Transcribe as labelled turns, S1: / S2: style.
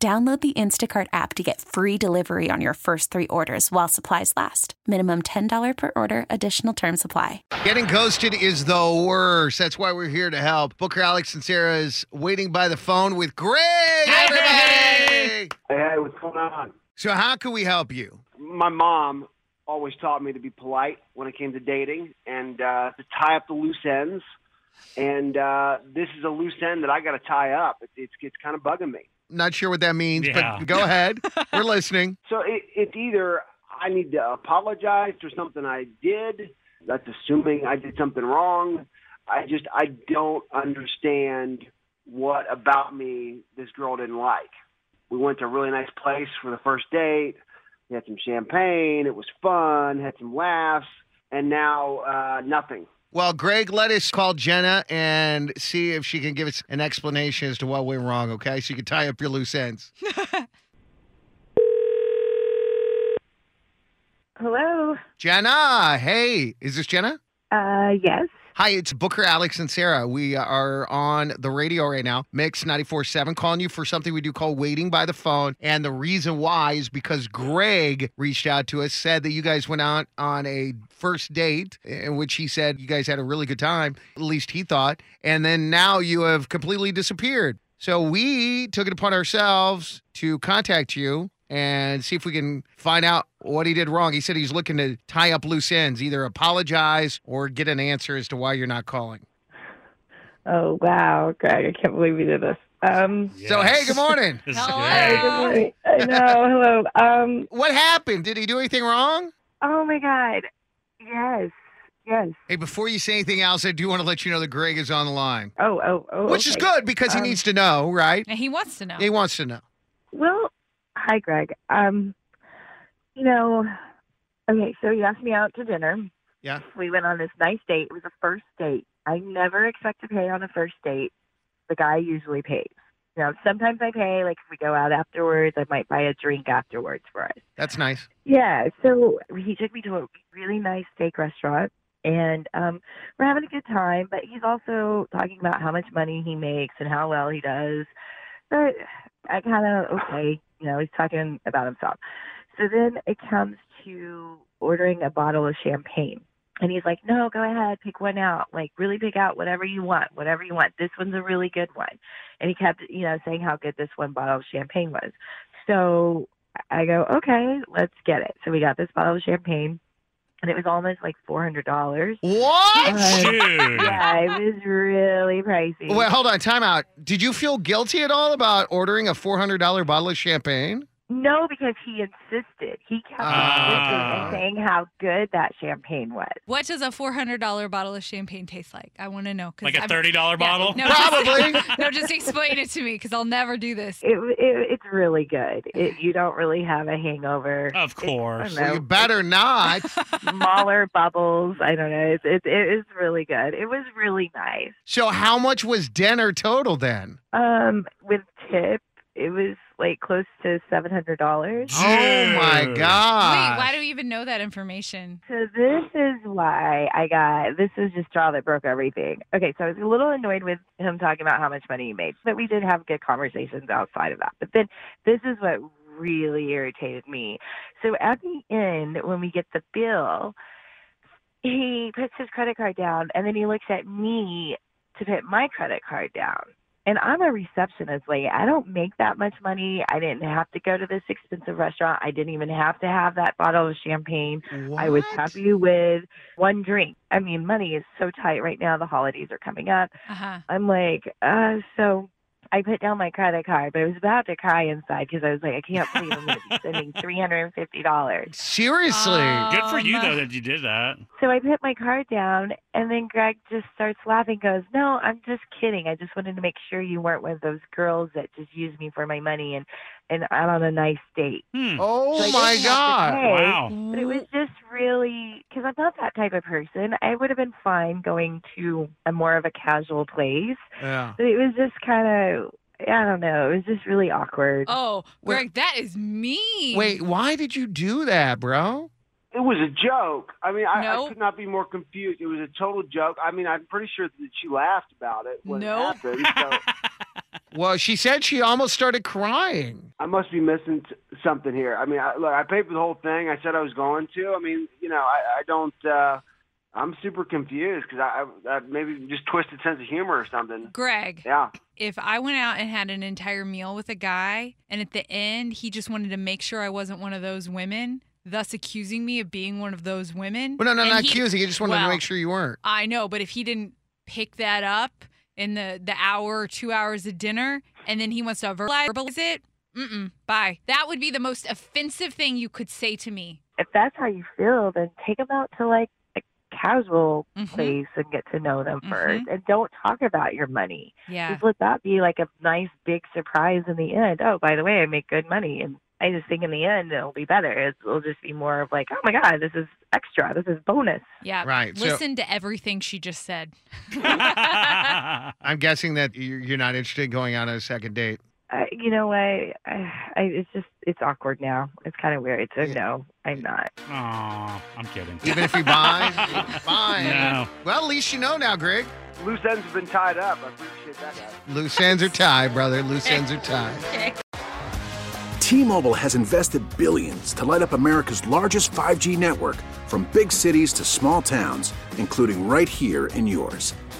S1: Download the Instacart app to get free delivery on your first three orders while supplies last. Minimum $10 per order, additional term supply.
S2: Getting ghosted is the worst. That's why we're here to help. Booker, Alex, and Sarah is waiting by the phone with Greg. Everybody!
S3: Hey, what's going on?
S2: So, how can we help you?
S3: My mom always taught me to be polite when it came to dating and uh, to tie up the loose ends. And uh, this is a loose end that I got to tie up. It's, it's, it's kind of bugging me.
S2: Not sure what that means,
S4: Yeah.
S2: but go ahead. we're listening.
S3: So it, it's either I need to apologize for something I did. That's assuming I did something wrong. I just I don't understand what about me this girl didn't like. We went to a really nice place for the first date. We had some champagne. It was fun. Had some laughs. And now uh, nothing.
S2: Well, Greg, let us call Jenna and see if she can give us an explanation as to what went wrong, okay? So you can tie up your loose ends.
S5: Hello.
S2: Jenna, hey, is this Jenna?
S5: Uh, yes.
S2: Hi, it's Booker, Alex, and Sarah. We are on the radio right now, Mix 94.7, calling you for something we do call waiting by the phone. And the reason why is because Greg reached out to us, said that you guys went out on a first date, in which he said you guys had a really good time, at least he thought. And then now you have completely disappeared. So we took it upon ourselves to contact you and see if we can find out what he did wrong. He said he's looking to tie up loose ends, either apologize or get an answer as to why you're not calling.
S5: Oh wow, Greg, I can't believe you did this. Um,
S2: So, hey, good morning.
S4: This is
S6: Hello.
S4: good.
S5: good morning. I know. Hello. Um,
S2: what happened? Did he do anything wrong?
S5: oh my God. Yes. Yes.
S2: Hey, before you say anything else, I do want to let you know that Greg is on the line,
S5: Oh. Oh. Oh.
S2: which is
S5: okay.
S2: good because
S5: Um,
S2: he needs to know, right?
S6: And he wants to know.
S2: He wants to know.
S5: Well, hi, Greg. Um, you know, okay. So you asked me out to dinner.
S2: Yeah.
S5: We went on this nice date. It was a first date. I never expect to pay on a first date. The guy usually pays. You know, sometimes I pay. Like if we go out afterwards, I might buy a drink afterwards for us.
S2: That's nice.
S5: Yeah, so he took me to a really nice steak restaurant, and um, we're having a good time. But he's also talking about how much money he makes and how well he does. But I kind of okay, you know, he's talking about himself. So then it comes to ordering a bottle of champagne, and he's like, "No, go ahead, pick one out. Like, really pick out whatever you want, whatever you want. This one's a really good one." And he kept, you know, saying how good this one bottle of champagne was. So I go, okay, let's get it. So we got this bottle of champagne, and it was almost like four hundred dollars.
S2: What?
S4: Dude.
S5: Yeah, it was really pricey.
S2: Wait, hold on. Time out. Did you feel guilty at all about ordering a $400 bottle of champagne?
S5: no, because he insisted. He kept insisting
S4: Ah.
S5: and saying how good that champagne was.
S6: What does a four hundred dollar bottle of champagne taste like? I want to know. 'cause
S4: Like a
S6: I'm-
S4: thirty dollar
S6: Yeah,
S4: bottle.
S6: no, just-
S2: Probably.
S6: no, just explain it to me because I'll never do this.
S5: It, it it's really good. It, you don't really have a hangover.
S4: Of course.
S5: I don't
S2: Well, you
S5: know.
S2: better not.
S5: Smaller bubbles. I don't know. It's it, it is really good. It was really nice.
S2: So, how much was dinner total then?
S5: Um, with tip, it was like close to seven hundred dollars.
S2: Oh my
S4: Dude.
S2: God.
S6: Wait, why do we even know that information?
S5: So this is why I got this is just straw that broke everything. Okay, so I was a little annoyed with him talking about how much money he made, but we did have good conversations outside of that. But then this is what really irritated me. So at the end, when we get the bill, he puts his credit card down, and then he looks at me to put my credit card down. And I'm a receptionist. Like, I don't make that much money. I didn't have to go to this expensive restaurant. I didn't even have to have that bottle of champagne. I was
S2: What?
S5: happy with one drink. I
S6: Uh-huh.
S5: mean, money is so tight right now. The holidays are coming up.
S6: Uh huh.
S5: I'm like, uh, so I put down my credit card, but I was about to cry inside because I was like, I can't believe I'm going to be spending three hundred and fifty dollars.
S2: Seriously.
S4: Good for you
S6: Um,
S4: though that you did that.
S5: So I put my card down, and then Greg just starts laughing. Goes, no, I'm just kidding. I just wanted to make sure you weren't one of those girls that just use me for my money and and out on a nice date.
S4: Hmm.
S2: oh
S5: So I
S2: my
S5: didn't have to
S2: God.
S5: pay.
S4: Wow.
S5: But it
S6: Mm-hmm.
S5: was just really because I'm not that type of person. I would have been fine going to a more of a casual place,
S2: Yeah.
S5: but it was just kind of I don't know. It was just really awkward.
S6: Oh,
S2: Wait.
S6: Greg, that is mean.
S2: Wait, why did you do that, bro?
S3: It was a joke. I mean, I,
S6: No.
S3: I could not be more confused. It was a total joke. I mean, I'm pretty sure that she laughed about it when
S6: No.
S3: it happened. So
S2: Well, she said she almost started crying.
S3: I must be missing s- something here. I mean, I, look, I paid for the whole thing. I said I was going to. I mean, you know, I, I don't. Uh, I'm super confused because I, I, I maybe just twisted sense of humor or something.
S6: Greg,
S3: Yeah.
S6: if I went out and had an entire meal with a guy and at the end he just wanted to make sure I wasn't one of those women, thus accusing me of being one of those women.
S2: Well, no, no,
S6: and
S2: not
S6: he-
S2: accusing. I just wanted to
S6: Well,
S2: make sure you weren't.
S6: I know, but if he didn't pick that up in the, the hour or two hours of dinner and then he wants to verbalize it, mm-mm, bye. That would be the most offensive thing you could say to me.
S5: if that's how you feel, then take them out to like a casual
S6: Mhm.
S5: place and get to know them
S6: Mhm.
S5: 1st and don't talk about your money.
S6: Yeah.
S5: Just let that be like a nice big surprise in the end. Oh, by the way, I make good money, and I just think in the end it'll be better. It- It'll just be more of like, oh my god, this is extra, this is bonus.
S6: Yeah.
S2: Right. So
S6: Listen to everything she just said.
S2: I'm guessing that you- you're not interested in going on a second date.
S5: Uh, you know what? I, I, it's just it's awkward now. It's kind of weird. So
S2: Yeah.
S5: no, I'm not.
S4: Aw, I'm kidding.
S2: Even if he buys, fine.
S4: No.
S2: Well, at least you know now, Greg.
S3: Loose ends have been tied up. I appreciate that. Guys.
S2: Loose ends are tied, brother. Loose ends are tied.
S7: T-Mobile has invested billions to light up America's largest 5G network from big cities to small towns, including right here in yours.